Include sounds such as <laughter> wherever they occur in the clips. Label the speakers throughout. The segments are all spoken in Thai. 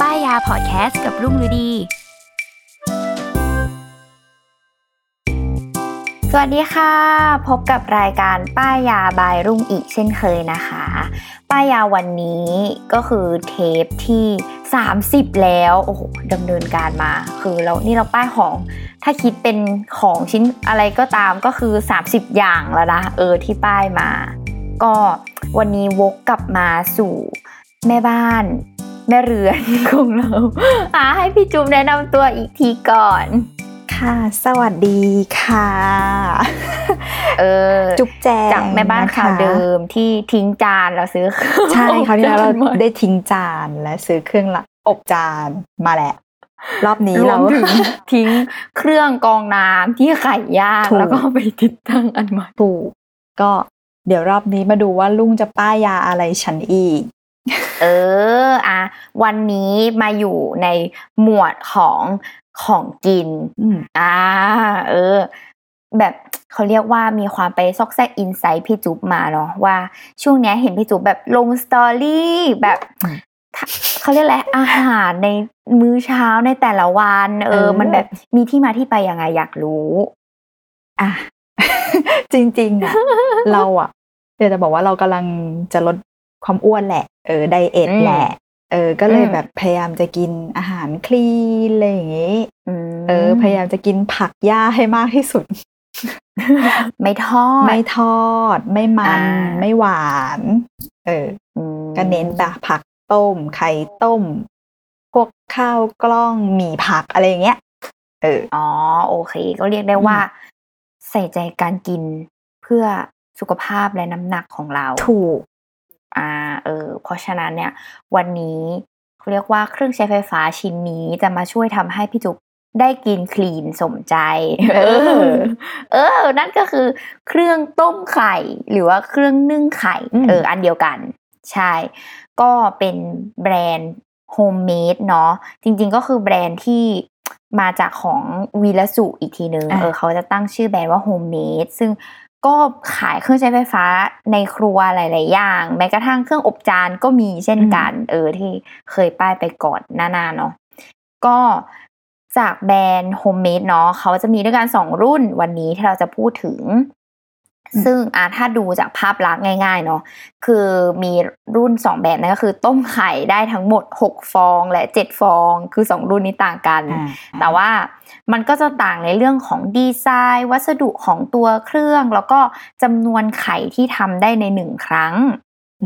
Speaker 1: ป้ายยาพอดแคสต์กับรุ่งฤดี สวัสดีค่ะ พบกับรายการป้ายยาบายรุ่งอีกเช่นเคยนะคะ ป้ายยาวันนี้ก็คือเทปที่ 30 แล้ว โอ้โหดำเนินการมา คือเรานี่เราป้ายของ ถ้าคิดเป็นของชิ้นอะไรก็ตามก็คือ 30 อย่างแล้วนะ เออที่ป้ายมา ก็วันนี้วกกลับมาสู่ แม่บ้าน แม่เรือน <laughs> ของเราอ่าให้พี่จุ๊บแนะนำตัวอีกทีก่อน
Speaker 2: ค่ะ สวัสดีค่ะ
Speaker 1: เออ
Speaker 2: จุ๊บแจง
Speaker 1: จากแม่บ้าน
Speaker 2: นะคะ
Speaker 1: ข่าวเดิมที่ทิ้งจานเราซื้อ
Speaker 2: ใช่
Speaker 1: <laughs>
Speaker 2: คราวที่แล้วเรา
Speaker 1: อบจนหมด
Speaker 2: ได้ทิ้งจานและซื้อเครื่องละอบจานมาแหละ รอบนี้
Speaker 1: รว
Speaker 2: เรา
Speaker 1: มถึง ทิ้งเครื่องกรองน้ำที่ไข่ย่าง
Speaker 2: ถูก
Speaker 1: แล้วก็ไปติดตั้งอันใหม่
Speaker 2: ถูกก็เดี๋ยวรอบนี้มาดูว่าลุงจะป้ายยาอะไรฉันอีก
Speaker 1: เอออ่ะวันนี้มาอยู่ในหมวดของของกิน
Speaker 2: อืม
Speaker 1: อ่าเออ แบบเขาเรียกว่ามีความไปซอกแซกอินไซต์พี่จุ๊บมาเนาะว่า ช่วงเนี้ยเห็นพี่จุ๊บแบบลงสตอรี่แบบ
Speaker 2: อืม
Speaker 1: ถ้าเขาเรียกอะไรอาหารในมื้อเช้าในแต่ละวัน เอ
Speaker 2: เอ
Speaker 1: อ
Speaker 2: อ
Speaker 1: มันแบบมีที่มาที่ไปยังไงอยากรู้
Speaker 2: อ่ะ จริง
Speaker 1: <laughs>
Speaker 2: ๆอ่ะ เราอ่ะเดี๋ยวจะบอกว่าเรากำลังจะลดความอ้วนแหละ เออไดเอท
Speaker 1: อืม
Speaker 2: แหละ เออ ก็เลย
Speaker 1: อืม
Speaker 2: แบบพยายามจะกินอาหารคลีนอะไรอย่างงี้
Speaker 1: ม
Speaker 2: เออ พยายามจะกินผักหญ้าให้มากที่สุด
Speaker 1: ไม่ทอด
Speaker 2: ไม่ทอด ไม่มัน
Speaker 1: อ่า
Speaker 2: ไม่หวาน เออ
Speaker 1: อืม
Speaker 2: ก็เน้นแบบผักต้ม ไข่ต้ม พวกข้าวกล้องหมี่ผักอะไรอย่างเงี้ย เออ
Speaker 1: อ๋อ โอเค ก็เรียกได้ว่า ใส่ใจการกินเพื่อสุขภาพและน้ำหนักของเรา
Speaker 2: ถูก
Speaker 1: อ่าเออเพราะฉะนั้นเนี่ย วันนี้เขาเรียกว่าเครื่องใช้ไฟฟ้าชิ้นนี้จะมาช่วยทำให้พี่จุ๊บได้กินคลีนสม
Speaker 2: <laughs>
Speaker 1: ใจ เออ เออ นั่นก็คือเครื่องต้มไข่หรือว่าเครื่องนึ่งไข่
Speaker 2: อืม
Speaker 1: เออ อันเดียวกัน ใช่ ก็เป็นแบรนด์โฮมเมดเนาะจริงๆก็คือแบรนด์ที่มาจากของวีลสุอีกทีนึง
Speaker 2: อ่ะ
Speaker 1: เออเขาจะตั้งชื่อแบรนด์ว่าโฮมเมดซึ่งก็ขายเครื่องใช้ไฟฟ้าในครัวหลาย ๆ อย่าง แม้กระทั่งเครื่องอบจานก็มีเช่นกัน เออที่เคยป้ายไปก่อนหน้าๆเนาะก็จากแบรนด์โฮมเมดเนาะเขาจะมีด้วยกันสองรุ่นวันนี้ที่เราจะพูดถึง ซึ่งอ่ะถ้าดูจากภาพลักษณ์ง่าย ๆ เนาะ คือมีรุ่น 2 แบบนั่นก็คือต้มไข่ได้ทั้งหมด 6 ฟองและ 7 ฟอง คือ 2 รุ่นนี้ต่างกัน แต่ว่ามันก็จะต่างในเรื่องของดีไซน์ วัสดุของตัวเครื่อง แล้วก็จำนวนไข่ที่ทำได้ในหนึ่งครั้ง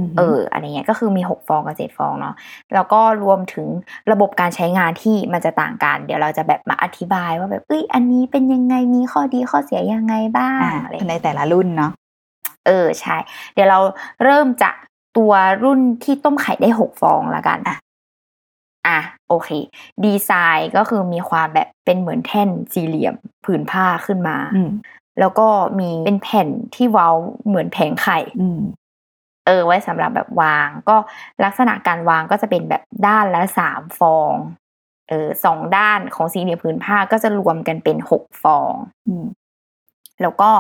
Speaker 2: ม
Speaker 1: เอออะไรเงี้ยก็คือมี 6 ฟองกับ 7 ฟองเนาะแล้วก็รวมถึงระบบการใช้งานที่มันจะต่างกัน เดี๋ยวเราจะแบบมาอธิบายว่าแบบเอ้ยอันนี้เป็นยังไงมีข้อดีข้อเสียยังไงบ้าง
Speaker 2: อ่า
Speaker 1: อะไรเงี้ย
Speaker 2: ในแต่ละรุ่นเนาะ
Speaker 1: เออใช่ เดี๋ยวเราเริ่มจากตัวรุ่นที่ต้มไข่ได้หกฟองละกันอ่ะอ่ะโอเค ดีไซน์ก็คือมีความแบบเป็นเหมือนแท่นสี่เหลี่ยมผืนผ้าขึ้นมา
Speaker 2: อืม
Speaker 1: แล้วก็มีเป็นแผ่นที่เว้าเหมือนแผงไข่
Speaker 2: อืม
Speaker 1: เออไว้สำหรับแบบวาง ก็ลักษณะการวางก็จะเป็นแบบด้านละสามฟองเออสองด้านของสี่เหลี่ยมผืนผ้าก็จะรวมกันเป็นหกฟอง
Speaker 2: อืม
Speaker 1: แล้วก็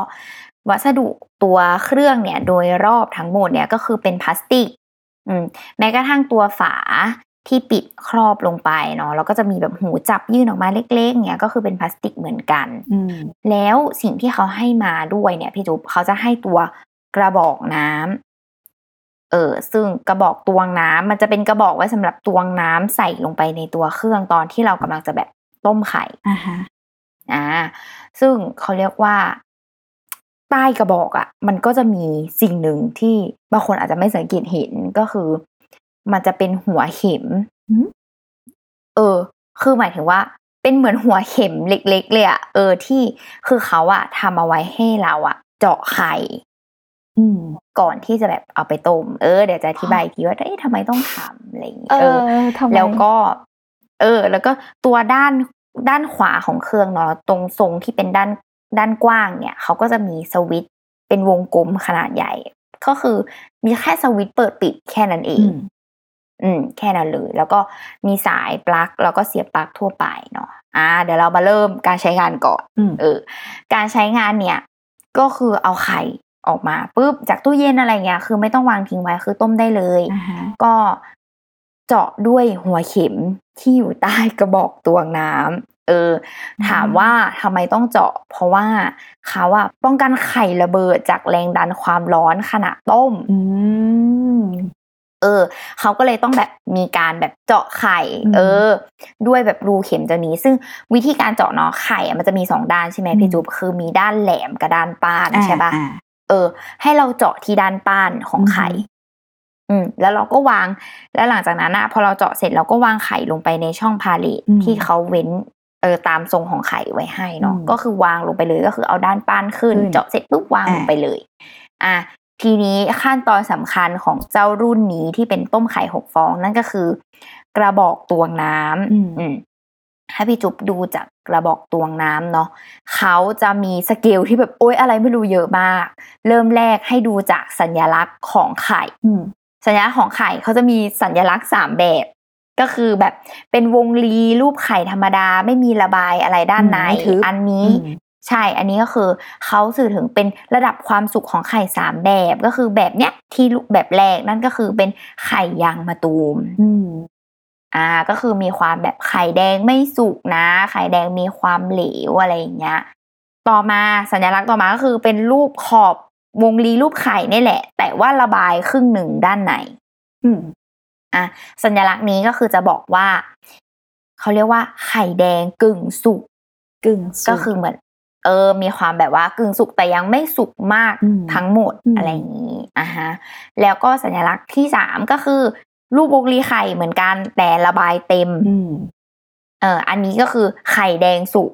Speaker 1: วัสดุตัวเครื่องเนี่ยโดยรอบทั้งหมดเนี่ยก็คือเป็นพลาสติกอืมแม้กระทั่งตัวฝา
Speaker 3: ที่
Speaker 1: ปิดครอบลงไปเนาะแล้วก็จะมีแบบหูจับยื่นออกมาเล็กๆเนี้ยก็คือเป็นพลาสติกเหมือนกัน แล้วสิ่งที่เขาให้มาด้วยเนี่ยพี่จุ๊บเขาจะให้ตัวกระบอกน้ำ เออซึ่งกระบอกตวงน้ำ มันจะเป็นกระบอกไว้สำหรับตวงน้ำใส่ลงไปในตัวเครื่องตอนที่เรากำลังจะแบบต้มไข่
Speaker 2: อ่าฮะ
Speaker 1: อ่า ซึ่งเขาเรียกว่าใต้กระบอกอะ่ะ มันก็จะมีสิ่งหนึ่งที่บางคนอาจจะไม่สังเกตเห็นก็คือ มันจะเป็นหัวเข็ม เออ คือหมายถึงว่า เป็นเหมือนหัวเข็มเล็ก ๆ เลยอะ่ะเออที่คือเขาอะ่ะทำเอาไว้ให้เราอะ่ะ เจาะไข่ก่อนที่จะแบบเอาไปต้มเออเดี๋ยวจะอธิบายทีว่าเอ๊ะทำไมต้องทำอะไรอย่างเงี้ยเออแล้วก็ เออ แล้วก็ตัวด้านด้านขวาของเครื่องเนาะตรงทรงที่เป็นด้านด้านกว้างเนี่ยเขาก็จะมีสวิตเป็นวงกลมขนาดใหญ่ ก็คือมีแค่สวิตเปิดปิดแค่นั้นเอง อืม แค่นั้นเลย แล้วก็มีสายปลั๊กแล้วก็เสียบปลั๊กทั่วไปเนาะอ่า เดี๋ยวเรามาเริ่มการใช้งานก่อนเออ การใช้งานเนี่ย ก็คือเอาไข่ออกมาปุ๊บจากตู้เย็นอะไรเงี้ยคือไม่ต้องวางทิ้งไว้คือต้มได้เลย
Speaker 2: uh-huh.
Speaker 1: ก็เจาะด้วยหัวเข็มที่อยู่ใต้กระบอกตวงน้ำเออ ถามว่าทำไมต้องเจาะ เพราะว่าเขาอะป้องกันไข่ระเบิดจากแรงดันความร้อนขณะต้มเออ เขาก็เลยต้องแบบมีการแบบเจาะไข่ เออ ด้วยแบบรูเข็มตัวนี้ ซึ่งวิธีการเจาะเนาะไข่มันจะมีสองด้านใช่ไหมพี่จุ๊บคือมีด้านแหลมกับด้านป้านใช่ปะเออ ให้เราเจาะที่ด้านป้านของไข่อืมแล้วเราก็วาง แล้วหลังจากนั้นอะพอเราเจาะเสร็จเราก็วางไข่ลงไปในช่องพาเลทที่เขาเว้นเออตามทรงของไข่ไว้ให้เนาะก็คือวางลงไปเลยก็คือเอาด้านป้านขึ้น เจาะเสร็จปุ๊บวางลงไปเลย อ่ะทีนี้ขั้นตอนสำคัญของเจ้ารุ่นนี้ที่เป็นต้มไข่หกฟองนั่นก็คือ กระบอกตวงน้ำ อืมถ้าพี่จุ๊บดูจากกระบอกตวงน้ำเนาะเขาจะมีสเกลที่แบบโอ๊ยอะไรไม่รู้เยอะมาก เริ่มแรกให้ดูจากสัญลักษณ์ของไข่สัญลักษณ์ของไข่เขาจะมีสัญลักษณ์สามแบบก็คือแบบเป็นวงรีรูปไข่ธรรมดาไม่มีระบายอะไรด้านในอันนี้ ใช่อันนี้ก็คือเขาสื่อถึงเป็นระดับความสุขของไข่สามแบบก็คือแบบเนี้ยที่แบบแรกนั่นก็คือเป็นไข่ยางมะตูมอ่าก็คือมีความแบบไข่แดงไม่สุกนะ ไข่แดงมีความเหลวอะไรอย่างเงี้ย ต่อมาสัญลักษณ์ต่อมาก็คือเป็นรูปขอบวงรีรูปไข่นี่แหละ แต่ว่าระบายครึ่งหนึ่งด้านในอ่ะสัญลักษณ์นี้ก็คือจะบอกว่า เขาเรียกว่า ไข่แดงกึ่งสุก
Speaker 2: กึ่ง
Speaker 1: ก็คือเหมือน เออ มีความแบบว่ากึ่งสุกแต่ยังไม่สุกมากทั้งหมดอะไรอย่างนี้อ่ะฮะแล้วก็สัญลักษณ์ที่สามก็คือ รูปวงรีไข่เหมือนกันแต่ระบายเต็มเออ อันนี้ก็คือไข่แดงสุก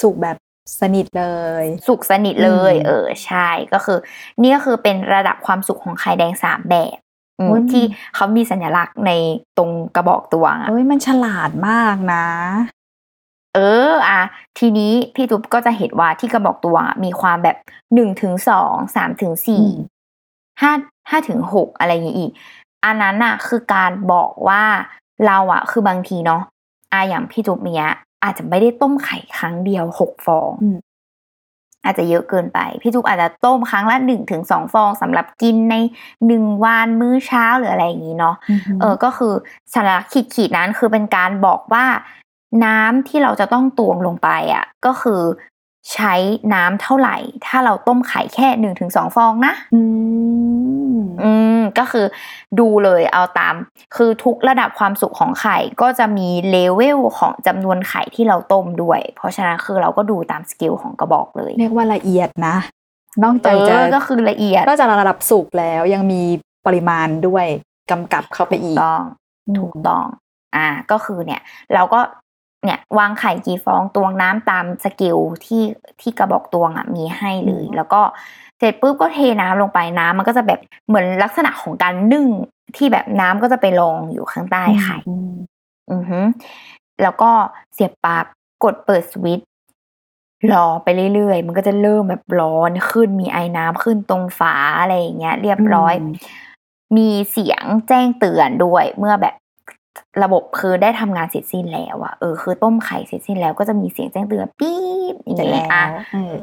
Speaker 2: สุกแบบสนิทเลย
Speaker 1: สุกสนิทเลย เออใช่ก็คือ นี่ก็คือเป็นระดับความสุกของไข่แดงสามแบบที่เขามีสัญลักษณ์ในตรงกระบอกตวงอ่ะ
Speaker 2: เอ้ยมันฉลาดมากนะ
Speaker 1: เออ อ่ะ ทีนี้พี่ตุ๊บก็จะเห็นว่าที่กระบอกตวงมีความแบบหนึ่งถึงสองสามถึงสี่ห้าห้าถึงหกอะไรอย่างนี้อีก อันนั้นอ่ะ คือการบอกว่าเราอ่ะ คือบางทีเนาะอ่ะอย่างพี่ตุ๊บเนี้ย อาจจะไม่ได้ต้มไข่ครั้งเดียวหกฟองอาจจะเยอะเกินไป พี่จุ๊บอาจจะต้มครั้งละหนึ่งถึงสองฟองสำหรับกินในหนึ่งวันมื้อเช้าหรืออะไรอย่างนี้เนาะเออก็คือสารขีดขีดนั้นคือเป็นการบอกว่า น้ำที่เราจะต้องตวงลงไปอ่ะ ก็คือใช้น้ำเท่าไหร่ ถ้าเราต้มไข่แค่หนึ่งถึงสองฟองนะ
Speaker 2: อื
Speaker 1: มอืมก็คือดูเลยเอาตาม คือทุกระดับความสุขของไข่ก็จะมีเลเวลของจำนวนไข่ที่เราต้มด้วย เพราะฉะนั้นคือเราก็ดูตามสกิลของกระบอกเลย
Speaker 2: เรียกว่าละเอียดนะ นอกจากจะ
Speaker 1: ก็คือละเอียด
Speaker 2: นอกจากระดับสุกแล้วยังมีปริมาณด้วยกำกับเข้าไปอีก
Speaker 1: ถูกต้องถูกต้อง อ่า ก็คือเนี่ย เราก็เนี่ยวางไข่กี่ฟองตวงน้ำตามสกิลที่ที่กระบอกตวงอ่ะมีให้เลยแล้วก็เสร็จปุ๊บก็เทน้ำลงไปน้ำ มันก็จะแบบเหมือนลักษณะของการนึ่งที่แบบน้ำก็จะไปลงอยู่ข้างใต้ไข่อือฮึแล้วก็เสียบปลั๊กกดเปิดสวิตช์รอไปเรื่อยๆ มันก็จะเริ่มแบบร้อนขึ้นมีไอ้น้ำขึ้นตรงฝาอะไรอย่างเงี้ย เรียบร้อย มีเสียงแจ้งเตือนด้วยเมื่อแบบระบบคือได้ทำงานเสร็จสิ้นแล้วอะเออคือต้มไข่เสร็จสิ้นแล้วก็จะมีเสียงแจ้งเตือนปี๊บอย่างเงี้ยอ่ะ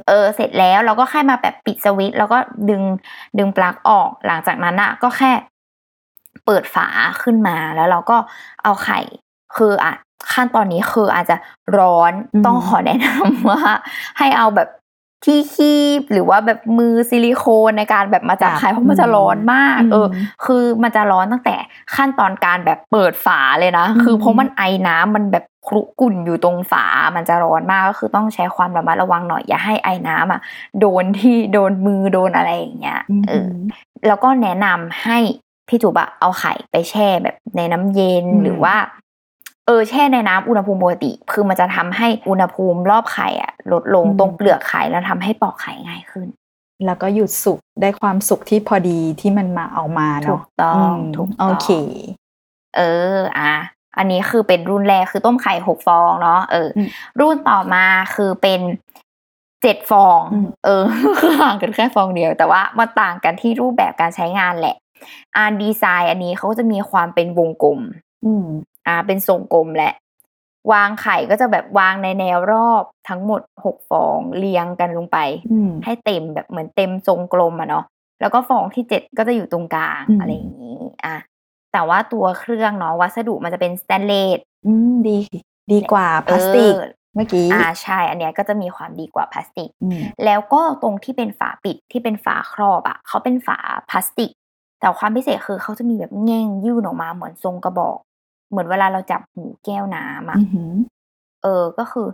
Speaker 1: เออ เสร็จแล้วเราก็แค่มาแบบปิดสวิตช์แล้วก็ดึงดึงปลั๊กออก หลังจากนั้นอะก็แค่ เปิดฝาขึ้นมาแล้วเราก็เอาไข่ คืออ่ะขั้นตอนนี้คืออาจจะร้อน
Speaker 2: อืม
Speaker 1: ต้องขอแนะนำว่า ให้เอาแบบที่คีบหรือว่าแบบมือซิลิโคนในการแบบมาจับไข่เพราะมันจะร้อนมาก เออ
Speaker 2: ม
Speaker 1: คือมันจะร้อนตั้งแต่ขั้นตอนการแบบเปิดฝาเลยนะ
Speaker 2: อืม
Speaker 1: คือเพราะมันไอน้ำมันแบบครุกรุ่นอยู่ตรงฝา มันจะร้อนมากก็คือต้องใช้ความระมัดระวังหน่อย อย่าให้ไอน้ำอ่ะโดนที่โดนมือโดนอะไรอย่างเงี้ย
Speaker 2: ม
Speaker 1: เออ แล้วก็แนะนำให้พี่จุบะเอาไข่ไปแช่แบบในน้ำเย็น
Speaker 2: อืม
Speaker 1: หรือว่า เออแช่ในน้ำอุณหภูมิปกติ คือมันจะทำให้อุณหภูมิรอบไข่อะลดลงตรงเปลือกไข่แล้วทำให้ปอกไข่ง่ายขึ้น
Speaker 2: แล้วก็หยุดสุกได้ความสุกที่พอดีที่มันมาออกมา
Speaker 1: ถู
Speaker 2: เนาะ
Speaker 1: กต้อง
Speaker 2: ม
Speaker 1: ถูกต้
Speaker 2: โอ
Speaker 1: อง
Speaker 2: เค
Speaker 1: เออ อ่ะ อันนี้คือเป็นรุ่นแรกคือต้มไข่หกฟองเนาะ เออ
Speaker 2: อืม
Speaker 1: รุ่นต่อมาคือเป็นเจ็ดฟอง
Speaker 2: อืม
Speaker 1: เออ <laughs> คือห่างกันแค่ฟองเดียว แต่ว่ามันต่างกันที่รูปแบบการใช้งานแหละ อันดีไซน์อันนี้เขาจะมีความเป็นวงกลม
Speaker 2: อืม
Speaker 1: อ่า เป็นทรงกลมแหละ วางไข่ก็จะแบบวางในแนวรอบทั้งหมดหกฟองเรียงกันลงไป
Speaker 2: อืม
Speaker 1: ให้เต็มแบบเหมือนเต็มทรงกลมอะเนาะแล้วก็ฟองที่เจ็ดก็จะอยู่ตรงกลาง
Speaker 2: อืม
Speaker 1: อะไรอย่างนี้อ่ะแต่ว่าตัวเครื่องเนาะวัสดุมันจะเป็นสแตนเลส
Speaker 2: อืมดี ดีกว่าพลาสติก
Speaker 1: เออ
Speaker 2: เมื่อกี้
Speaker 1: อ่าใช่ อันเนี้ยก็จะมีความดีกว่าพลาสติก
Speaker 2: อืม
Speaker 1: แล้วก็ตรงที่เป็นฝาปิดที่เป็นฝาครอบอะเขาเป็นฝาพลาสติก แต่ความพิเศษคือเขาจะมีแบบแง่งยื่นออกมาเหมือนทรงกระบอก เหมือนเวลาเราจับหูแก้วน้ำอะ
Speaker 2: อือหือ
Speaker 1: เออ ก็คือ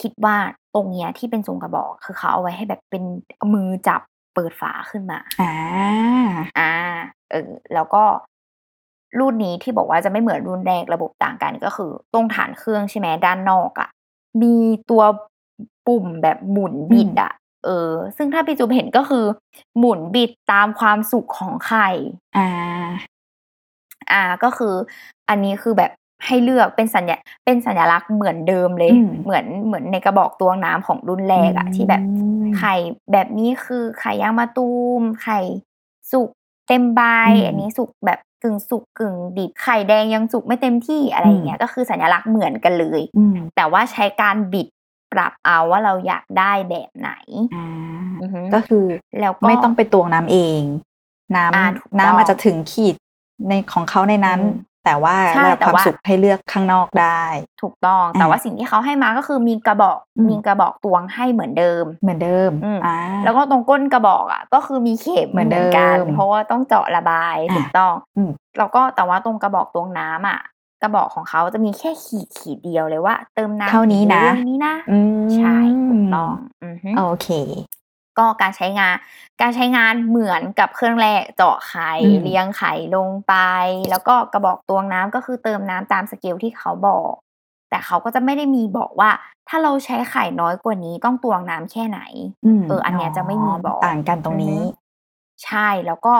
Speaker 1: คิดว่าตรงเนี้ยที่เป็นทรงกระบอก คือเขาเอาไว้ให้แบบเป็นมือจับเปิดฝาขึ้นมา
Speaker 2: อ่า
Speaker 1: อ่า เออ แล้วก็รุ่นนี้ที่บอกว่าจะไม่เหมือนรุ่นแรกระบบต่างกันก็คือตรงฐานเครื่องใช่ไหมด้านนอกอะ่ะ มีตัวปุ่มแบบหมุนบิดอะ่ะ เออ ซึ่งถ้าพี่จุบเห็นก็คือ หมุนบิดตามความสุขของไข่
Speaker 2: อ่า
Speaker 1: อ่าก็คืออันนี้คือแบบให้เลือกเป็นสัญญาเป็นสัญลักษณ์เหมือนเดิมเลย
Speaker 2: อืม
Speaker 1: เหมือนเหมือนในกระบอกตวงน้ำของรุ่นแรกอะ
Speaker 2: อืม
Speaker 1: ที่แบบไข่แบบนี้คือไข่ย่างมะตูม ไข่สุกเต็มใบอันนี้สุกแบบกึ่งสุกกึ่งดิบไข่แดงยังสุกไม่เต็มที่อะไรอย่างเงี้ยก็คือสัญลักษณ์เหมือนกันเลย
Speaker 2: อืม
Speaker 1: แต่ว่าใช้การบิดปรับเอาว่าเราอยากได้แบบไหน
Speaker 2: อ่า
Speaker 1: อือฮึ
Speaker 2: ก็คือ
Speaker 1: แล้วก็
Speaker 2: ไม่ต้องไปตวงน้ำเอง น้ำ
Speaker 1: อ่าถูกต้อง
Speaker 2: น้ำอาจจะถึงขีดในของเขาในนั้น
Speaker 1: อืม
Speaker 2: แต่ว่า
Speaker 1: ใช่
Speaker 2: เรา
Speaker 1: แต่
Speaker 2: ความ
Speaker 1: ว่า
Speaker 2: สุขให้เลือกข้างนอกได้
Speaker 1: ถูกต้อง แต่
Speaker 2: อ่า
Speaker 1: ว่าสิ่งที่เขาให้มาก็คือมีกระบอก
Speaker 2: อืม
Speaker 1: มีกระบอกตวงให้เหมือนเดิม
Speaker 2: เหมือนเดิม
Speaker 1: อืม
Speaker 2: อ่า
Speaker 1: แล้วก็ตรงก้นกระบอกอ่ะ ก็คือมีเข็ม
Speaker 2: เหมือนเดิม
Speaker 1: กัเพราะว่าต้องเจาะระบาย
Speaker 2: อ่ะ
Speaker 1: ถูกต้อง
Speaker 2: อืม
Speaker 1: แล้วก็แต่ว่าตรงกระบอกตวงน้ำอ่ะ กระบอกของเขาจะมีแค่ขีดขีดเดียวเลยว่า เติมน้ำ
Speaker 2: เท่านี้นะ
Speaker 1: เท่านี้นะ
Speaker 2: อืม
Speaker 1: ใช่ถูกต้องอือฮึ
Speaker 2: โอเค
Speaker 1: ก็การใช้งาน การใช้งานเหมือนกับเครื่องแรกเจาะไข่
Speaker 2: อืม
Speaker 1: เรียงไข่ลงไป แล้วก็กระบอกตวงน้ำก็คือเติมน้ำตามสเกลที่เขาบอก แต่เขาก็จะไม่ได้มีบอกว่า ถ้าเราใช้ไข่น้อยกว่านี้ต้องตวงน้ำแค่ไหน
Speaker 2: ม
Speaker 1: เอออันเนี้ยจะไม่มีบอก
Speaker 2: ต่างกันตรงนี้
Speaker 1: อือฮึใช่แล้วก็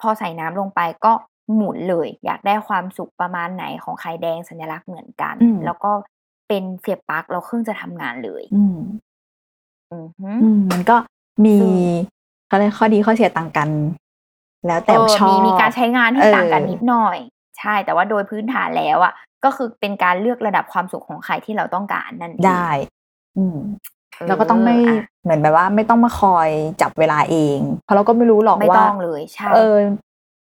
Speaker 1: พอใส่น้ำลงไปก็หมุนเลย อยากได้ความสุกประมาณไหนของไข่แดงสัญลักษณ์เหมือนกัน
Speaker 2: อืม
Speaker 1: แล้วก็เป็นเสียบปลั๊กแล้วเครื่องจะทำงานเลย
Speaker 2: อืม
Speaker 1: อือหือ
Speaker 2: อืมมันก็มี
Speaker 1: ซึ่ง
Speaker 2: เขาเรียกข้อดีข้อเสียต่างกัน แล้วแต่
Speaker 1: เออ
Speaker 2: ชอบ
Speaker 1: มีมีการใช้งานที่
Speaker 2: เออ
Speaker 1: ต่างกันนิดหน่อย ใช่แต่ว่าโดยพื้นฐานแล้วอ่ะก็คือเป็นการเลือกระดับความสุขของไข่ที่เราต้องการนั่นเอง
Speaker 2: ได้ อืม
Speaker 1: เออ
Speaker 2: แล้วก็ต้องไม่
Speaker 1: อ่ะ
Speaker 2: เหมือนแบบว่า ไม่ต้องมาคอยจับเวลาเอง เพราะเราก็ไม่รู้หรอก
Speaker 1: ไม่
Speaker 2: ว่า
Speaker 1: ต้องเลยใช่
Speaker 2: เออ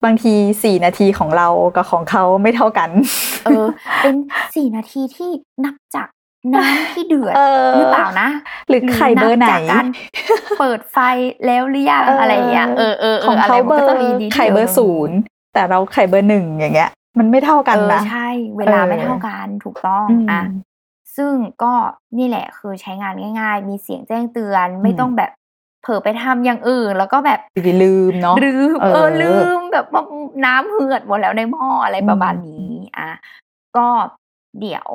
Speaker 2: บางทีสี่นาทีของเรากับของเขาไม่เท่ากัน
Speaker 1: เออ เป็นสี่นาทีที่นับจากน้ำที่เดือด
Speaker 2: เออ
Speaker 1: หรือเปล่านะ
Speaker 2: หรือไข่เบอร์ไหน
Speaker 1: นับจากการ <laughs> เปิดไฟแล้วหรือยัง
Speaker 2: เอออ
Speaker 1: อะไรอย่างเงี้ยเออเออ
Speaker 2: ของเขาเบอร์ไข่เบอร์ศูนย์แต่เราไข่เบอร์หนึ่งอย่างเงี้ย มันไม่เท่า
Speaker 1: กั
Speaker 2: กัน น
Speaker 1: นะไรมันก็จะมีดีเทลตรงเออใช่
Speaker 2: นะ
Speaker 1: เวลา
Speaker 2: เออ
Speaker 1: ไม่เท่ากันถูกต้อง
Speaker 2: อืม
Speaker 1: อ่ะซึ่งก็นี่แหละคือใช้งานง่าย ๆ มีเสียงแจ้งเตือนไม่
Speaker 2: อืม
Speaker 1: ต้องแบบเผลอไปทำอย่างอื่น แล้วก็แบบ
Speaker 2: อยู่ดีลืมเนาะ
Speaker 1: ลืม
Speaker 2: เออ
Speaker 1: เออลืมแบบว่าน้ำเหือดหมดแล้วในหม้ออะไรประมาณ
Speaker 2: อืม
Speaker 1: นี้อ่ะก็เดี๋ยว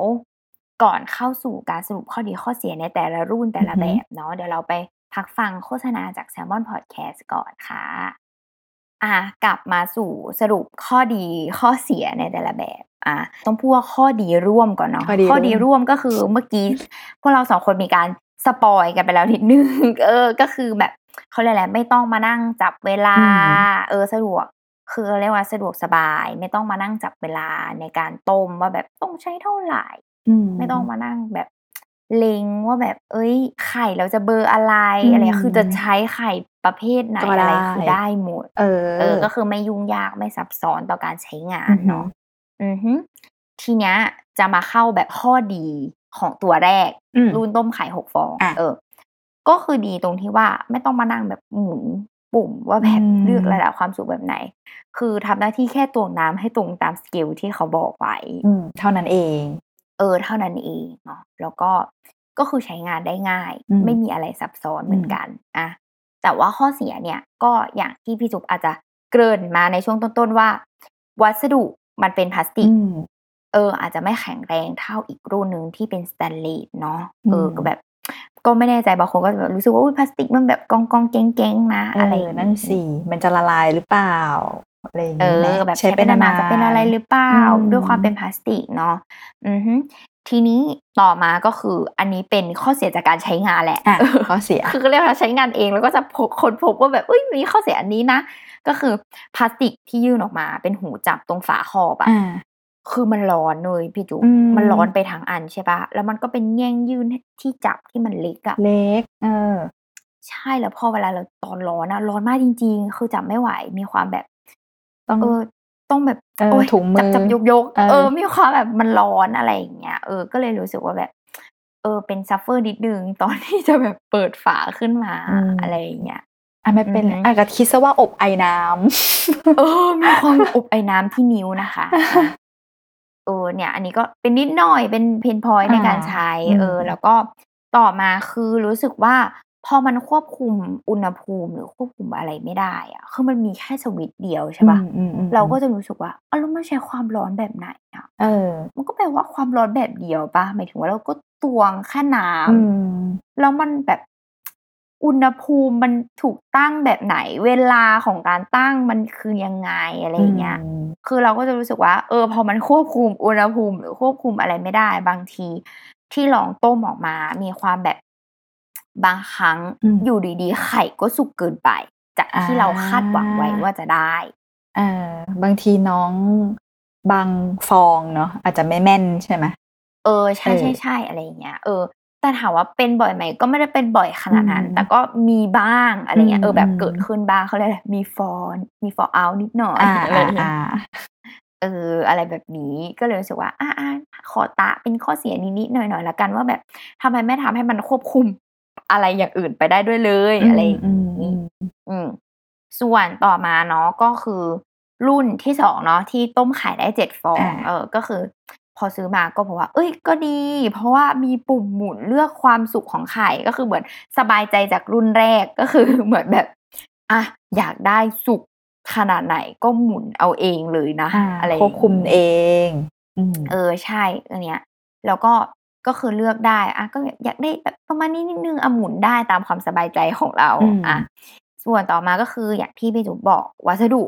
Speaker 1: ก่อนเข้าสู่การสรุปข้อดีข้อเสียในแต่ละรุ่นแต่ละแบบเนาะเดี๋ยวเราไปพักฟังโฆษณาจาก s ซ l m o n Podcast ก่อนค่ะ อ่ะกลับมาสู่สรุปข้อดีข้อเสียในแต่ละแบบอ่ะต้องพูดว่าข้อดีร่วมก่อนเนาะ
Speaker 2: ข้อดีร่วม
Speaker 1: ข้อดีร่วมก็คือเมื่อกี้ พวกเราสองคนมีการสปอยกันไปแล้วนิดนึง <laughs> เออ ก็คือแบบเขาเรียกอะไรไม่ต้องมานั่งจับเวลา
Speaker 2: อื
Speaker 1: เออสะดวก คือเรียกว่าสะดวกสบาย ไม่ต้องมานั่งจับเวลาในการต้มว่าแบบต้องใช้เท่าไหร่ ไม่ต้องมานั่งแบบเลงว่าแบบ เอ้ย ไข่เราจะเบอร์อะไร
Speaker 2: อืม
Speaker 1: อะไรคือจะใช้ไข่ ประเภทไหน
Speaker 2: ก็
Speaker 1: อะไร
Speaker 2: ได้
Speaker 1: คือได้หมด
Speaker 2: เออ
Speaker 1: เออ ก็คือไม่ยุ่งยากไม่ซับซ้อนต่อการใช้งานเนาะ อือฮึทีเนี้ยจะมาเข้าแบบข้อดีของตัวแรก
Speaker 2: อืม
Speaker 1: รุ่นต้มไข่หกฟอง
Speaker 2: อ่ะ
Speaker 1: เออ ก็คือดีตรงที่ว่าไม่ต้องมานั่งแบบหมุนปุ่มว่าแบบ
Speaker 2: อืม
Speaker 1: เลือกระดับความสูงแบบไหน คือทำหน้าที่แค่ตวงน้ำให้ตรงตามสเกลที่เขาบอกไว้
Speaker 2: อืมเท่านั้นเอง
Speaker 1: เออเท่านั้นเองเนาะแล้วก็ก็คือใช้งานได้ง่าย
Speaker 2: อืม
Speaker 1: ไม่มีอะไรซับซ้อนเหมือนกันอ่ะแต่ว่าข้อเสียเนี่ยก็อย่างที่พี่จุ๊บอาจจะเกริ่นมาในช่วงต้นๆว่า วัสดุมันเป็นพลาสติก
Speaker 2: อืม
Speaker 1: เออ อาจจะไม่แข็งแรงเท่าอีกรุ่นหนึ่งที่เป็นสแตนเลสเนาะเอออ
Speaker 2: ม
Speaker 1: ก็แบบ ก็ไม่แน่ใจบางคนก็แบบรู้สึกว่าอุ๊ยพลาสติกมันแบบกองกองๆเก้งๆนะ
Speaker 2: เอ
Speaker 1: อะไร
Speaker 2: อนั่นสิมันจะละลายหรือเปล่าอะไรอย่าง
Speaker 1: เอ
Speaker 2: งี้ไหม
Speaker 1: อ แบบ
Speaker 2: ใช้
Speaker 1: ใช้
Speaker 2: เป็
Speaker 1: เป็น
Speaker 2: นาน
Speaker 1: นาน นๆจะเป็นอะไรหรือเปล่า
Speaker 2: ม
Speaker 1: ด้วยความเป็นพลาสติกเนาะอือฮึทีนี้ต่อมาก็คืออันนี้เป็นข้อเสียจากการใช้งานแหละ
Speaker 2: อ่ะข้อเสีย
Speaker 1: คือก็เรียกว่าใช้งานเองแล้วก็จะพบคนพบว่าแบบเอ้ยมีข้อเสียอันนี้นะ ก็คือพลาสติกที่ยื่นออกมาเป็นหูจับตรงฝาครอบอะ
Speaker 2: อ่า
Speaker 1: คือมันร้อนเลยพี่จุ๊บ
Speaker 2: อืม
Speaker 1: มันร้อนไปทั้งอันใช่ปะแล้วมันก็เป็นแง่งยื่นที่จับที่มันเล็กอะ
Speaker 2: เล็ก เออ
Speaker 1: ใช่แล้วพอเวลาเราตอนร้อนอะร้อนมากจริง ๆ คือจับไม่ไหว มีความแบบ
Speaker 2: ต้อง
Speaker 1: เออ ต้องแบบ
Speaker 2: เออ
Speaker 1: โย
Speaker 2: ถุงมือ
Speaker 1: จับจับยกยก
Speaker 2: เออ
Speaker 1: เออ มีความแบบมันร้อนอะไรอย่างเงี้ยเออก็เลยรู้สึกว่าแบบ เออ เป็นซัฟเฟอร์นิดนึงตอนที่จะแบบเปิดฝาขึ้นมาอะไรอย่างเงี้ย
Speaker 2: อ่ะไม่เป็นไร
Speaker 1: อือหืออ่
Speaker 2: อ่ะก็คิดซะว่าอบไอน้
Speaker 1: เออมีความอบไอ้น้ำที่นิ้วนะคะ <laughs> เออเนี่ย อันนี้ก็เป็นนิดหน่อยเป็นเพนพอยในการใช้ เออ แล้วก็ต่อมาคือรู้สึกว่า พอมันควบคุมอุณหภูมิหรือควบคุมอะไรไม่ได้อะคือมันมีแค่สวิตช์เดียว
Speaker 2: ำ
Speaker 1: ใช่ปะ
Speaker 2: อืมอืมอืม
Speaker 1: เราก็จะรู้สึกว่าอ้าวแล้วมันใช้ความร้อนแบบไหนอะ
Speaker 2: เออ
Speaker 1: มันก็แปลว่าความร้อนแบบเดียวปะหมายถึงว่าเราก็ตวงแค่น้ำ
Speaker 2: อืม
Speaker 1: แล้วมันแบบอุณหภูมิมันถูกตั้งแบบไหน เวลาของการตั้งมันคือยังไงอะไรอย่างเงี้ย คือเราก็จะรู้สึกว่า เออ พอมันควบคุมอุณหภูมิ หรือควบคุมอะไรไม่ได้ บางทีที่ลองต้มออกมา มีความแบบบางครั้ง
Speaker 2: อืม
Speaker 1: อยู่ดีๆ ไข่ก็สุกเกินไป จากที่เรา
Speaker 2: อ่า
Speaker 1: คาดหวังไว้ว่าจะได้
Speaker 2: เออบางทีน้องบางฟองเนาะอาจจะไม่แม่นใช่ไหม
Speaker 1: เออใช่
Speaker 2: เออ
Speaker 1: ใช่ใช่อะไรอย่างเงี้ยเออ แต่ถามว่าเป็นบ่อยไหมก็ไม่ได้เป็นบ่อยขนาดนั้น
Speaker 2: อืม
Speaker 1: แต่ก็มีบ้างอะไรเงี้ยเอออ
Speaker 2: ม
Speaker 1: แบบ
Speaker 2: อืม
Speaker 1: เกิดขึ้นบ้างเขาเรียกอะไรมีฟอนมีฟอเอานิดหน่อย
Speaker 2: อ่า
Speaker 1: อะไร
Speaker 2: อ่า
Speaker 1: อย่างเงี้
Speaker 2: อ่าย
Speaker 1: เออ อะไรแบบนี้ก็เลยรู้สึกว่าอ่าอ่าขอตะเป็นข้อเสียนิดๆหน่อยๆละกันว่าแบบทำไมไม่ทำให้มันควบคุมอะไรอย่างอื่นไปได้ด้วยเลยอะไรอย่างเงี้ย
Speaker 2: อืมอืม
Speaker 1: อืมส่วนต่อมาเนาะก็คือรุ่นที่สองเนาะที่ต้มขายได้เจ็ดฟอง
Speaker 2: อ่า
Speaker 1: เออ ก็คือ พอซื้อมาก็บอกว่า เอ้ยก็ดี เพราะว่ามีปุ่มหมุนเลือกความสุขของไข่ก็คือเหมือนสบายใจจากรุ่นแรกก็คือ เหมือนแบบอ่ะอยากได้สุขขนาดไหนก็หมุนเอาเองเลยนะ
Speaker 2: อ่า
Speaker 1: อะไรอย่าง
Speaker 2: ควบ
Speaker 1: งี้
Speaker 2: คุมเองอืม
Speaker 1: เออใช่อันเนี้ยแล้วก็ก็คือเลือกได้อ่ะก็อยากได้แบบประมาณนี้นิดนึงอะหมุนได้ตามความสบายใจของเรา
Speaker 2: อืม
Speaker 1: อ่ะส่วนต่อมาก็คืออย่างที่พี่จุ๋มบอกวัสดุ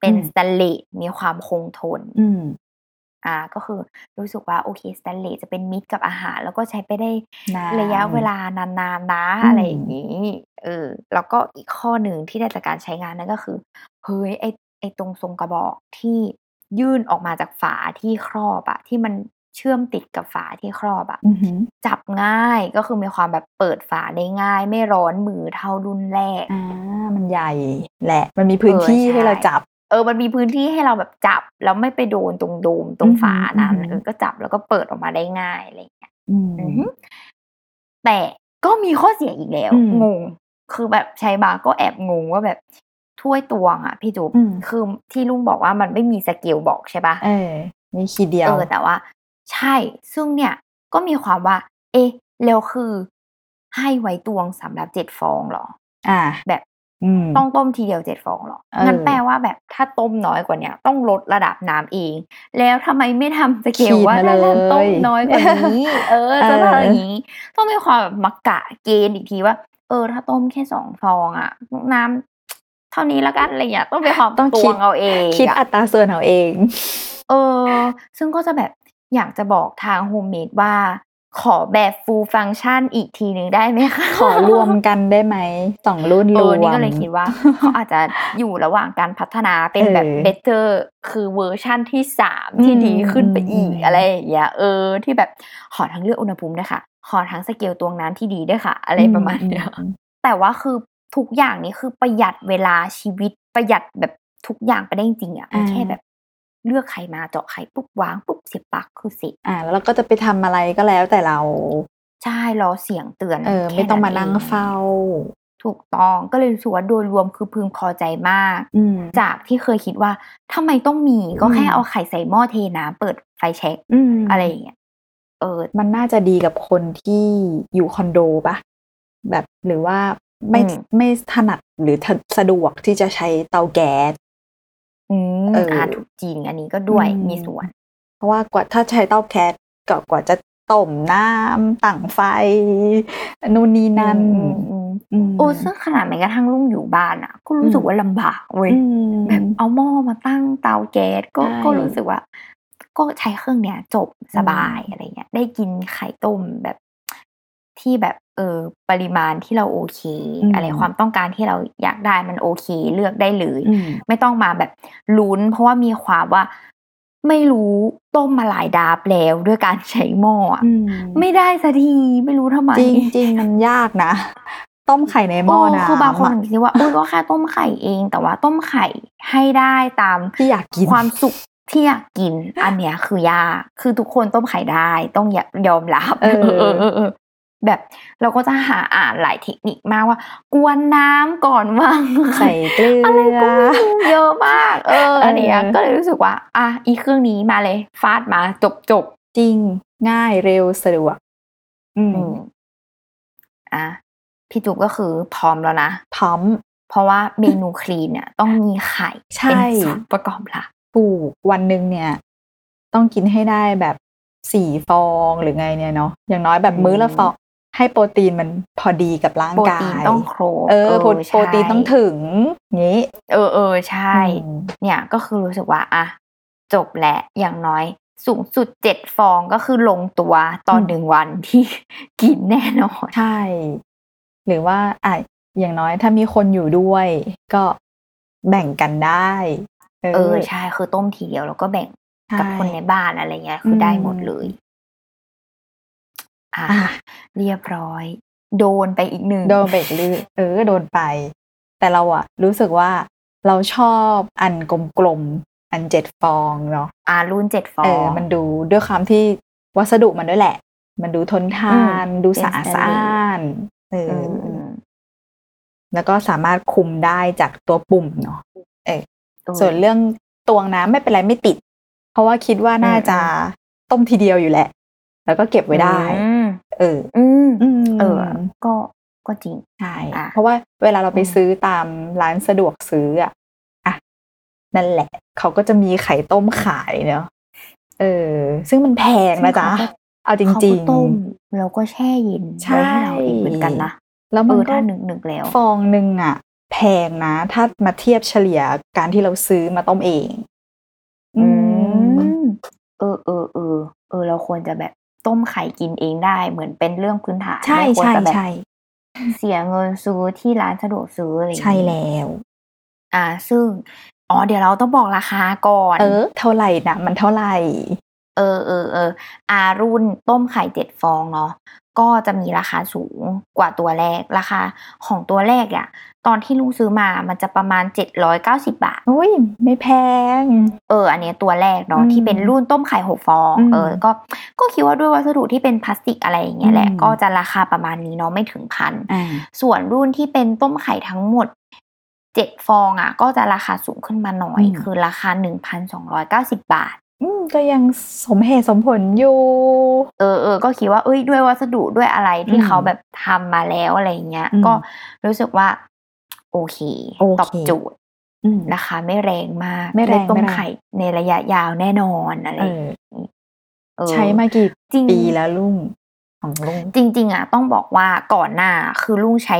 Speaker 1: เป็น
Speaker 2: อืม
Speaker 1: สแตนเลสมีความคงทน
Speaker 2: อืม
Speaker 1: อ่ะก็คือรู้สึกว่าโอเคสแตนเลสจะเป็นมิตรกับอาหาร แล้วก็ใช้ไปได้
Speaker 2: นาน
Speaker 1: ระยะเวลานานๆนะ
Speaker 2: อืม
Speaker 1: อะไรอย่างนี้เออแล้วก็อีกข้อหนึ่งที่ได้จากการใช้งานนั่นก็คือเฮ้ยไอไอตรงทรงกระบอกที่ยื่นออกมาจากฝาที่ครอบอะที่มันเชื่อมติดกับฝาที่ครอบอะ
Speaker 2: อือหือ
Speaker 1: จับง่ายก็คือมีความแบบเปิดฝาได้ง่าย ไม่ร้อนมือเท่ารุ่นแรก
Speaker 2: อ่ามันใหญ่แหละ มันมีพื้น
Speaker 1: เออ
Speaker 2: ที่
Speaker 1: ใช่
Speaker 2: ให้เราจับ
Speaker 1: เออ มันมีพื้นที่ให้เราแบบจับ แล้วไม่ไปโดนตรงโดมตรง
Speaker 2: อือหือ
Speaker 1: ฝานั้น
Speaker 2: อือหือ
Speaker 1: เออก็จับแล้วก็เปิดออกมาได้ง่ายอะไรอย่างเงี้ย
Speaker 2: อืม
Speaker 1: อือหือแต่ก็มีข้อเสียอีกแล้ว
Speaker 2: อืม
Speaker 1: งง คือแบบใช้บาก็แอบงงว่าแบบถ้วยตวงอะพี่จุ๊บ
Speaker 2: อืม
Speaker 1: คือที่ลุงบอกว่ามันไม่มีสเกลบอกใช่ปะ
Speaker 2: เออมีขีดเดียว
Speaker 1: เออแต่ว่า ใช่ซึ่งเนี่ยก็มีความว่า เอ๊ะแล้วคือ ให้ไว้ตวงสำหรับเจ็ดฟองเหรอ
Speaker 2: อ่า
Speaker 1: แบบ
Speaker 2: อืม
Speaker 1: ต้องต้มทีเดียวเจ็ดฟองเหรอ
Speaker 2: เออ
Speaker 1: งั้นแปลว่าแบบถ้าต้มน้อยกว่าเนี้ยต้องลดระดับน้ำเอง แล้วทำไมไม่ทำสเกลว่าถ้าเราต้มน้อยกว่านี้
Speaker 2: <laughs>
Speaker 1: เออจะทำอย่างนี้ ต้องมีความแบบมักกะเกณฑ์อีกทีว่า เออ ถ้าต้มแค่สองฟองอะน้ำเท่านี้แล้วกันอะไรอย่างเงี้ยต้องไปหอม
Speaker 2: ต้อง
Speaker 1: ต
Speaker 2: คิ
Speaker 1: ว
Speaker 2: ด
Speaker 1: งเอาเอง
Speaker 2: คิด
Speaker 1: อะ
Speaker 2: อัตราส่วนเอาเอง
Speaker 1: เออ ซึ่งก็จะแบบอยากจะบอกทางโฮมเมดว่า ขอแบบ full function อีกทีหนึ่งได้ไหมคะ
Speaker 2: ขอรวมกันได้ไหมสองรุ่นร
Speaker 1: เอ
Speaker 2: ว
Speaker 1: อ
Speaker 2: ม
Speaker 1: นี่ก็เลยคิด
Speaker 2: <laughs>
Speaker 1: ว่า เขาอาจจะอยู่ระหว่างการพัฒนาเป็นแบบ
Speaker 2: เออ
Speaker 1: better คือเวอร์ชั่นที่สามที่
Speaker 2: อืม
Speaker 1: ดีขึ้นไปอีก
Speaker 2: อืม
Speaker 1: อะไรอย่างเงี้ยเออ ที่แบบขอทั้งเรื่องอุณหภูมิด้วยค่ะ ขอทั้งสเกลตวงน้ำที่ดีด้วยค่ะ อะไรประมาณเนี้ย
Speaker 2: อืม
Speaker 1: แต่ว่าคือ ทุกอย่างนี้คือประหยัดเวลาชีวิตประหยัดแบบทุกอย่างไปได้จริงๆอะ่ะมัน
Speaker 2: อ่า
Speaker 1: แค่แบบเลือกไข่มาเจาะไข่ปุ๊บวางปุ๊บเสียบปลั๊กคือเสิ
Speaker 2: อ่า แล้วเราก็จะไปทำอะไรก็แล้วแต่เรา
Speaker 1: ใช่รอเสียงเตือน
Speaker 2: เออ
Speaker 1: แค่
Speaker 2: ไม่ต้องมานั่ง
Speaker 1: เ
Speaker 2: เฝ้า
Speaker 1: ถูกต้องก็เลยรู้สึกว่าโดยรวมคือพึงพอใจมาก
Speaker 2: อืม
Speaker 1: จากที่เคยคิดว่าทำไมต้องมีก็แค่
Speaker 2: อืม
Speaker 1: เอาไข่ใส่หม้อเทน้ำเปิดไฟเช็ค
Speaker 2: อืม
Speaker 1: อะไรอย่างเงี้ยเออ
Speaker 2: มันน่าจะดีกับคนที่อยู่คอนโดปะแบบหรือว่าไม่
Speaker 1: อืม
Speaker 2: ไม่ถนัดหรือถสะดวกที่จะใช้เตาแก๊ส
Speaker 1: อืม
Speaker 2: เอออ่
Speaker 1: อ่าถูกจริงอันนี้ก็ด้วย
Speaker 2: อืม
Speaker 1: มีส่วน
Speaker 2: เพราะว่ากว่าถ้าใช้เตาแก๊สก็กว่าจะต้มน้ำตั้งไฟนู่นนี่นั่น
Speaker 1: อืมอืม
Speaker 2: อืม
Speaker 1: โอ้ซึ่งขนาดแม้กระทั่งลุงอยู่บ้านอ่ะ ก็รู้สึกว่าลำบากเว้ย
Speaker 2: อืม
Speaker 1: แบบเอาหม้อมาตั้งเตาแก๊สก็
Speaker 2: ใช่
Speaker 1: ก็รู้สึกว่า ก็ใช้เครื่องเนี้ยจบสบาย
Speaker 2: อืม
Speaker 1: อะไรเงี้ย ได้กินไข่ต้มแบบที่แบบ เออ ปริมาณที่เราโอเค อะไรความต้องการที่เราอยากได้มันโอเค เลือกได้เลย
Speaker 2: อืม
Speaker 1: ไม่ต้องมาแบบลุ้น เพราะว่ามีความว่า ไม่รู้ต้มมาหลายดาบแล้วด้วยการใช้หม้ออะไม่ได้สักทีไม่รู้ทำไม
Speaker 2: จริงจริง ๆ มันยากนะ ต้มไข่ในหม้อนะ
Speaker 1: โคือบางคนคิดว่าเอ้ยก็แค่ต้มไข่เอง แต่ว่าต้มไข่ให้ได้ตาม
Speaker 2: ที่อยากกิน
Speaker 1: ความสุขที่อยากกิน อันเนี้ยคือยากคือทุกคนต้มไข่ได้ต้องอย่ายอมรับ
Speaker 2: เออ
Speaker 1: เออเออเออแบบเราก็จะหาอ่านหลายเทคนิคมากว่า กวนน้ำก่อนว่าง
Speaker 2: ใส่เกลืออ
Speaker 1: อะไรก็ไม่รู้เยอะมาก เอออันเนี้ย
Speaker 2: เออ
Speaker 1: ก็เลยรู้สึกว่า อ่ะอีเครื่องนี้มาเลย ฟาดมาจบจบ
Speaker 2: จริงง่ายเร็วสะดวกอืม
Speaker 1: อืมอ่ะพี่จุ๊บก็คือพร้อมแล้วนะ
Speaker 2: พร้อม
Speaker 1: เพราะว่าเมนูคลีนเนี่ยต้องมีไข่
Speaker 2: ใช่
Speaker 1: เป็นส่วนประกอบหลัก
Speaker 2: ถูกวันหนึ่งเนี่ย ต้องกินให้ได้แบบสี่ฟองหรือไงเนี่ยเนาะอย่างน้อยแบบมื้อละฟองให้โปรตีนมันพอดีกับร่าง
Speaker 1: โปร
Speaker 2: กา
Speaker 1: ตีน
Speaker 2: ย
Speaker 1: ต้องครบ
Speaker 2: เออโปร
Speaker 1: ใช่
Speaker 2: โปรตีนต้องถึงงี้
Speaker 1: เออเออใช่
Speaker 2: อืม
Speaker 1: เนี่ยก็คือรู้สึกว่าอ่ะจบแล้วอย่างน้อยสูงสุดเจ็ดฟองก็คือลงตัวตอนหนึ่งวันที่ กินแน่นอน
Speaker 2: ใช่ หรือว่าอ่ะอย่างน้อยถ้ามีคนอยู่ด้วย ก็แบ่งกันได้
Speaker 1: เออใช่คือต้มทีเดียวแล้วก็แบ่งกับคนในบ้านอะไรเงี้ย
Speaker 2: อืม
Speaker 1: คือได้หมดเลย อ่ะ
Speaker 2: อ่ะ
Speaker 1: เรียบร้อย โดนไปอีกหนึ่ง
Speaker 2: โดนไปอีกเรืองเออโดนไป แต่เราอะรู้สึกว่าเราชอบอันกลมๆ อันเจ็ดฟองเนาะ
Speaker 1: อ่ารุ่นเจ็ดฟอ
Speaker 2: เอง อ มันดูด้วยความที่วัสดุมันด้วยแหละ มันดูทนทาน ดูสะอาด
Speaker 1: เป็น
Speaker 2: สะ
Speaker 1: สแตนเลส
Speaker 2: อ้านเออ
Speaker 1: อืม
Speaker 2: อ
Speaker 1: อืม
Speaker 2: แล้วก็สามารถคุมได้จากตัวปุ่มเนาะ
Speaker 1: เออ
Speaker 2: ส่วนเรื่องตวงน้ำไม่เป็นไรไม่ติด เพราะว่าคิดว่าน่า
Speaker 1: อืม
Speaker 2: จะต้มทีเดียวอยู่แหละ แล้วก็เก็บไว้ได้
Speaker 1: อืม
Speaker 2: เออ
Speaker 1: อืม
Speaker 2: อืม
Speaker 1: เออ ก็ก็จริง
Speaker 2: ใช่
Speaker 1: อ่ะ
Speaker 2: เพราะว่าเวลาเราไป
Speaker 1: อืม
Speaker 2: ซื้อตามร้านสะดวกซื้ออ่ะอ่ะนั่นแหละ เขาก็จะมีไข่ต้มขายเนาะเออ ซึ่งมันแพงนะจ๊ะ
Speaker 1: ซึ่ง
Speaker 2: เอาจ
Speaker 1: เขาก็
Speaker 2: ริง
Speaker 1: เขาก็ต้มแล้วก็แช่เย็น
Speaker 2: ใช่
Speaker 1: ไว้ให้เราอีกเหมือนกันนะ
Speaker 2: ๆ แล้ว
Speaker 1: เอ
Speaker 2: มัน
Speaker 1: อ
Speaker 2: ก็
Speaker 1: ถ้าหนึ่งหนึ่งแล้ว
Speaker 2: ฟองหนึ่งอ่ะ แพงนะ ถ้ามาเทียบเฉลี่ยการที่เราซื้อมาต้มเอง
Speaker 1: อื
Speaker 2: อืม
Speaker 1: มเออเออเออเออ เราควรจะแบบต้มไข่กินเองได้ เหมือนเป็นเรื่องพื้นฐาน
Speaker 2: ใช่
Speaker 1: ไม่ควร
Speaker 2: ใช่
Speaker 1: จะแบบ
Speaker 2: ใช่
Speaker 1: เสียเงินซื้อที่ร้านสะดวกซื้ออะไรอย่าง
Speaker 2: ใช่
Speaker 1: งี้
Speaker 2: แล้ว
Speaker 1: อ่า ซึ่งอ๋อเดี๋ยวเราต้องบอกราคาก่อน
Speaker 2: เออ เท่าไหร่นะมันเท่าไหร่
Speaker 1: เออเออเอออารุ่นต้มไข่เจ็ดฟองเนาะก็จะมีราคาสูงกว่าตัวแรกราคาของตัวแรกอะตอนที่ลุงซื้อมามันจะประมาณ 790 บาท
Speaker 2: อุ้ยไม่แพง
Speaker 1: เออ อันเนี้ยตัวแรกเนาะ
Speaker 2: อืม
Speaker 1: ที่เป็นรุ่นต้มไข่หกฟอง
Speaker 2: อืม
Speaker 1: เออก็ก็คิดว่าด้วยวัสดุที่เป็นพลาสติกอะไรอย่างเงี้ยแหละ
Speaker 2: อืม
Speaker 1: ก็จะราคาประมาณนี้เนาะไม่ถึงพัน
Speaker 2: อ่า
Speaker 1: ส่วนรุ่นที่เป็นต้มไข่ทั้งหมดเจ็ดฟองอะก็จะราคาสูงขึ้นมาหน่อย
Speaker 2: อืม
Speaker 1: คือราคา 1,290 บาท
Speaker 2: อืมก็ยังสมเหตุสมผลอยู่
Speaker 1: เออเออก็คิดว่าเอ้ยด้วยวัสดุด้วยอะไรที่
Speaker 2: อืม
Speaker 1: เขาแบบทำมาแล้วอะไรอย่างเงี้ย
Speaker 2: อืม
Speaker 1: ก็รู้สึกว่า โอเค
Speaker 2: โอเค
Speaker 1: ตอบโจทย์
Speaker 2: อืม
Speaker 1: ราคาไม่แรงมาก
Speaker 2: ไม่แรง
Speaker 1: ด้ต้ม
Speaker 2: ไม่แรง
Speaker 1: ไข่ในระยะยาวแน่นอนอะไร
Speaker 2: เออ
Speaker 1: เออ
Speaker 2: ใช้มากี่
Speaker 1: จริง
Speaker 2: ปีแล้วลุงของลุง
Speaker 1: จริง ๆอ่ะต้องบอกว่าก่อนหน้าคือลุงใช้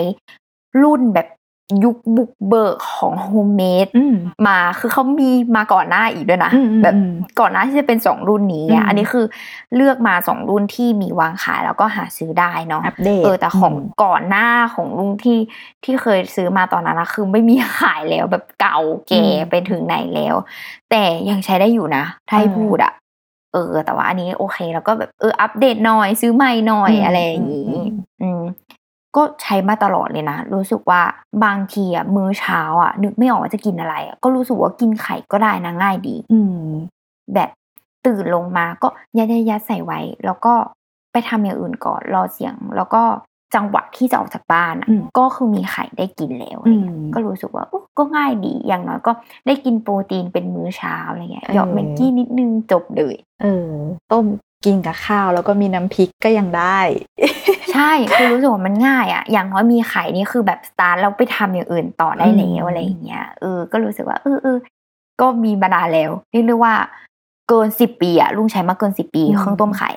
Speaker 1: รุ่นแบบยุคบุกเบิกของโฮมเมด
Speaker 2: อืม
Speaker 1: มาคือเขามีมาก่อนหน้าอีกด้วยนะ
Speaker 2: อืมอืม
Speaker 1: แบบ
Speaker 2: อืม
Speaker 1: ก่อนหน้าที่จะเป็นสองรุ่นนี้
Speaker 2: อืม
Speaker 1: อ่ะอันนี้คือเลือกมาสองรุ่นที่มีวางขายแล้วก็หาซื้อได้เนาะ
Speaker 2: อัปเดต
Speaker 1: เออแต่ของ
Speaker 2: ม
Speaker 1: ก่อนหน้าของลุงที่ที่เคยซื้อมาตอนนั้นนะคือไม่มีขายแล้วแบบเก่าแก่
Speaker 2: อืม
Speaker 1: ไปถึงไหนแล้ว แต่ยังใช้ได้อยู่นะถ้าให้
Speaker 2: เออ
Speaker 1: พูดอะเออ แต่ว่าอันนี้โอเค แล้วก็แบบเอออัปเดตหน่อยซื้อใหม่หน่อย
Speaker 2: อืม
Speaker 1: อะไรอย่างนี้
Speaker 2: อืม
Speaker 1: อืม ก็ใช้มาตลอดเลยนะ รู้สึกว่าบางทีอ่ะมื้อเช้าอ่ะนึกไม่ออกว่าจะกินอะไรอะก็รู้สึกว่ากินไข่ก็ได้นะง่ายดี
Speaker 2: อืม
Speaker 1: แบบตื่นลงมาก็ยัดยัดยัดใส่ไว้ แล้วก็ไปทำอย่างอื่นก่อนรอเสียง แล้วก็จังหวะที่จะออกจากบ้านอะ
Speaker 2: อืม
Speaker 1: ก็คือมีไข่ได้กินแล้วอะไรเงี้ย
Speaker 2: อืม
Speaker 1: ก็รู้สึกว่าอุ๊ยก็ง่ายดีอย่างน้อยก็ได้กินโปรตีนเป็นมื้อเช้าอะไรเงี้ย
Speaker 2: เออ
Speaker 1: เหยาะแม็กกี้นิดนึงจบเลย
Speaker 2: เออ ต้มกินกับข้าวแล้วก็มีน้ำพริกก็ยัง
Speaker 1: <laughs>
Speaker 2: ได้
Speaker 1: ใช่คือรู้สึกว่ามันง่ายอะอย่างน้อยมีไข่นี่คือแบบสตาร์ทแล้วไปทำอย่างอื่นต่อได้แล้
Speaker 2: อื
Speaker 1: ว
Speaker 2: ม
Speaker 1: อะไรอย่างเงี้ยเออก็รู้สึกว่าเออเออก็มีมานานแล้วเรียกได้ว่าเกินสิบปีอะลุงใช้มาเกินสิบปีเครื่องต้มไข่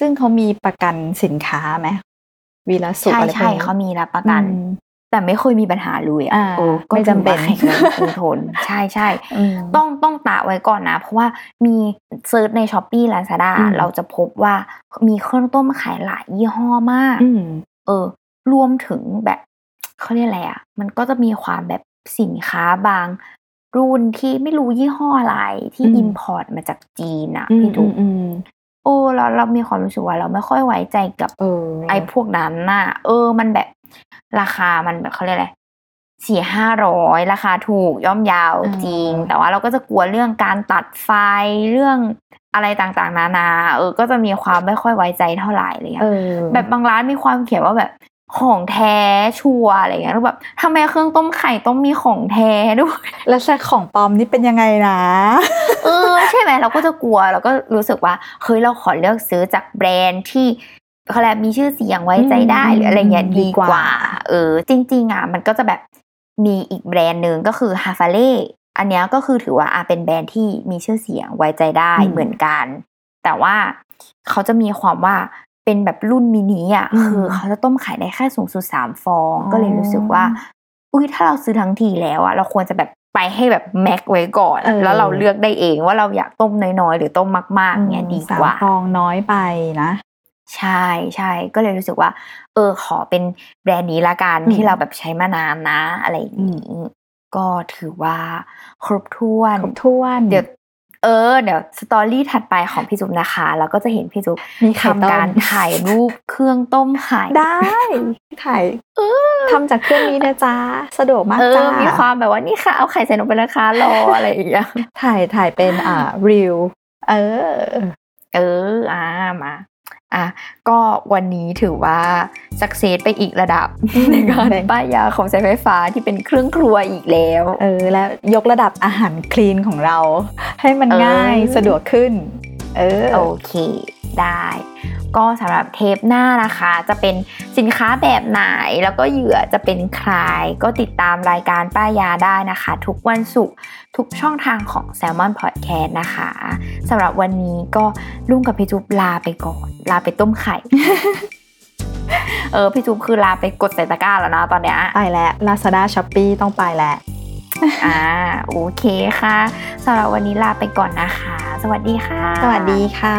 Speaker 2: ซึ่งเขามีประกันสินค้าไหมวีลสุข
Speaker 1: ใช่
Speaker 2: อะไรพวกนี้
Speaker 1: ใช่เขามีรับประกัน
Speaker 2: อืม
Speaker 1: แต่ไม่เคยมีปัญหาเลย
Speaker 2: อ่า
Speaker 1: อ่ะโอ้ก็
Speaker 2: ไม่จำเป็น
Speaker 1: ถือว่าแข็งแรงคงทน ใช่ใช่
Speaker 2: อืม
Speaker 1: ต้องต้องตะไว้ก่อนนะ เพราะว่ามีเซิร์ชในช้อปปี้ลาซาด้า
Speaker 2: อืม
Speaker 1: เราจะพบว่ามีเครื่องต้มขายหลายยี่ห้อมาก
Speaker 2: อืม
Speaker 1: เออ รวมถึงแบบ เขาเรียกอะไรอ่ะ มันก็จะมีความแบบสินค้าบาง รุ่นที่ไม่รู้ยี่ห้ออะไรที่
Speaker 2: อืม
Speaker 1: อิมพอร์ตมาจากจีนอ่ะ
Speaker 2: อืม
Speaker 1: พี่ถูก
Speaker 2: อืม
Speaker 1: โอ้เราเรามีความรู้สึกว่าเราไม่ค่อยไว้ใจกับ
Speaker 2: เออ
Speaker 1: ไอ้พวกนั้นน่ะ เออ มันแบบราคามันแบบเขาเรียกอะไรสี่ห้าร้อยราคาถูกย่อมเยาวจริง แต่ว่าเราก็จะกลัวเรื่องการตัดไฟเรื่องอะไรต่างๆ นานา เออ ก็จะมีความไม่ค่อยไว้ใจเท่าไหร่อะไรเลย
Speaker 2: เอ
Speaker 1: อะ
Speaker 2: อ
Speaker 1: แบบบางร้านมีความเขียนว่าแบบของแท้ชัวร์อะไรเงี้ยแล้วแบบทำไมเครื่องต้มไข่ต้องมีของแท้ด้วย
Speaker 2: แล้วแซ่ของปลอมนี่เป็นยังไงนะ
Speaker 1: เออใช่ไหมเราก็จะกลัวเราก็รู้สึกว่าเฮ้ยเราขอเลือกซื้อจากแบรนด์ที่เขาแลมีชื่อเสียงไว้ใจได้
Speaker 2: อืม
Speaker 1: หรืออะไรเงี้ย
Speaker 2: ดี
Speaker 1: ดี
Speaker 2: ก
Speaker 1: ก
Speaker 2: ว่า
Speaker 1: ว่า เออ จริง ๆอ่ะมันก็จะแบบมีอีกแบรนด์หนึ่งก็คือฮาฟาเล่อันเนี้ยก็คือถือว่าอ่ะเป็นแบรนด์ที่มีชื่อเสียงไว้ใจได้เหมือนกัน แต่ว่าเขาจะมีความว่าเป็นแบบรุ่นมินิอ่ะ
Speaker 2: อืม
Speaker 1: คือเขาจะต้มขายได้แค่สูงสุดสามฟอง ก็เลยรู้สึกว่า อุ้ยถ้าเราซื้อทั้งทีแล้วอะเราควรจะแบบไปให้แบบแม็กไว้ก่อน
Speaker 2: เออ
Speaker 1: แล้วเราเลือกได้เองว่าเราอยากต้มน้อยๆ หรือต้มมากๆเนี่ยดีกว่า
Speaker 2: สมฟองน้อยไปนะ
Speaker 1: ใช่ใช่ก็เลยรู้สึกว่า เออ ขอเป็นแบรนด์นี้ละกัน
Speaker 2: อืม
Speaker 1: ที่เราแบบใช้มานานนะ อะไรอย่างนี้ก็ถือว่าครบถ้วน
Speaker 2: ครบถ้วน
Speaker 1: เดี๋ยวเออเดี๋ยวสตอรี่ถัดไปของพี่จุ๊บนะคะเราก็จะเห็นพี่จุ๊บ
Speaker 2: มีไข่ต้ม
Speaker 1: ทำการถ่ายรูปเครื่องต้มไข่
Speaker 2: ได้ถ่ายทำจากเครื่องนี้นะจ๊ะ สะดวกมาก
Speaker 1: เอ
Speaker 2: จ้า
Speaker 1: อ มีความแบบว่านี่ค่ะ เอาไข่ใส่ลงไปนะคะรออะไรอย่างเงี้ย
Speaker 2: ถ่ายถ่ายเป็นอ่ารีวเออ
Speaker 1: เออ อ่า มา อ่ะ ก็วันนี้ถือว่าสักเซสไปอีกระดับ
Speaker 2: อืม
Speaker 1: ในการป้ายยาของใช้ไฟฟ้าที่เป็นเครื่องครัวอีกแล้ว
Speaker 2: เออ แล้วยกระดับอาหารคลีนของเรา ให้มัน
Speaker 1: เออ
Speaker 2: ง่ายสะดวกขึ้น เออ
Speaker 1: โอเค ได้ ก็สำหรับเทปหน้านะคะ จะเป็นสินค้าแบบไหน แล้วก็เหยื่อจะเป็นใคร ก็ติดตามรายการป้ายยาได้นะคะ ทุกวันศุกร์ทุกช่องทางของ Salmon Podcast นะคะสำหรับวันนี้ก็ลุงกับพี่จุ๊บลาไปก่อน ลาไปต้มไข่ <laughs> เออ พี่จุ๊บคือลาไปกดใส่ตะกร้าแล้วนะตอนเนี้ย
Speaker 2: ไปแล้ว Lazada Shopee ต้องไปแล้ว
Speaker 1: อ่าโอเคค่ะสำหรับวันนี้ลาไปก่อนนะคะ สวัสดีค่ะ
Speaker 2: สวัสดีค่ะ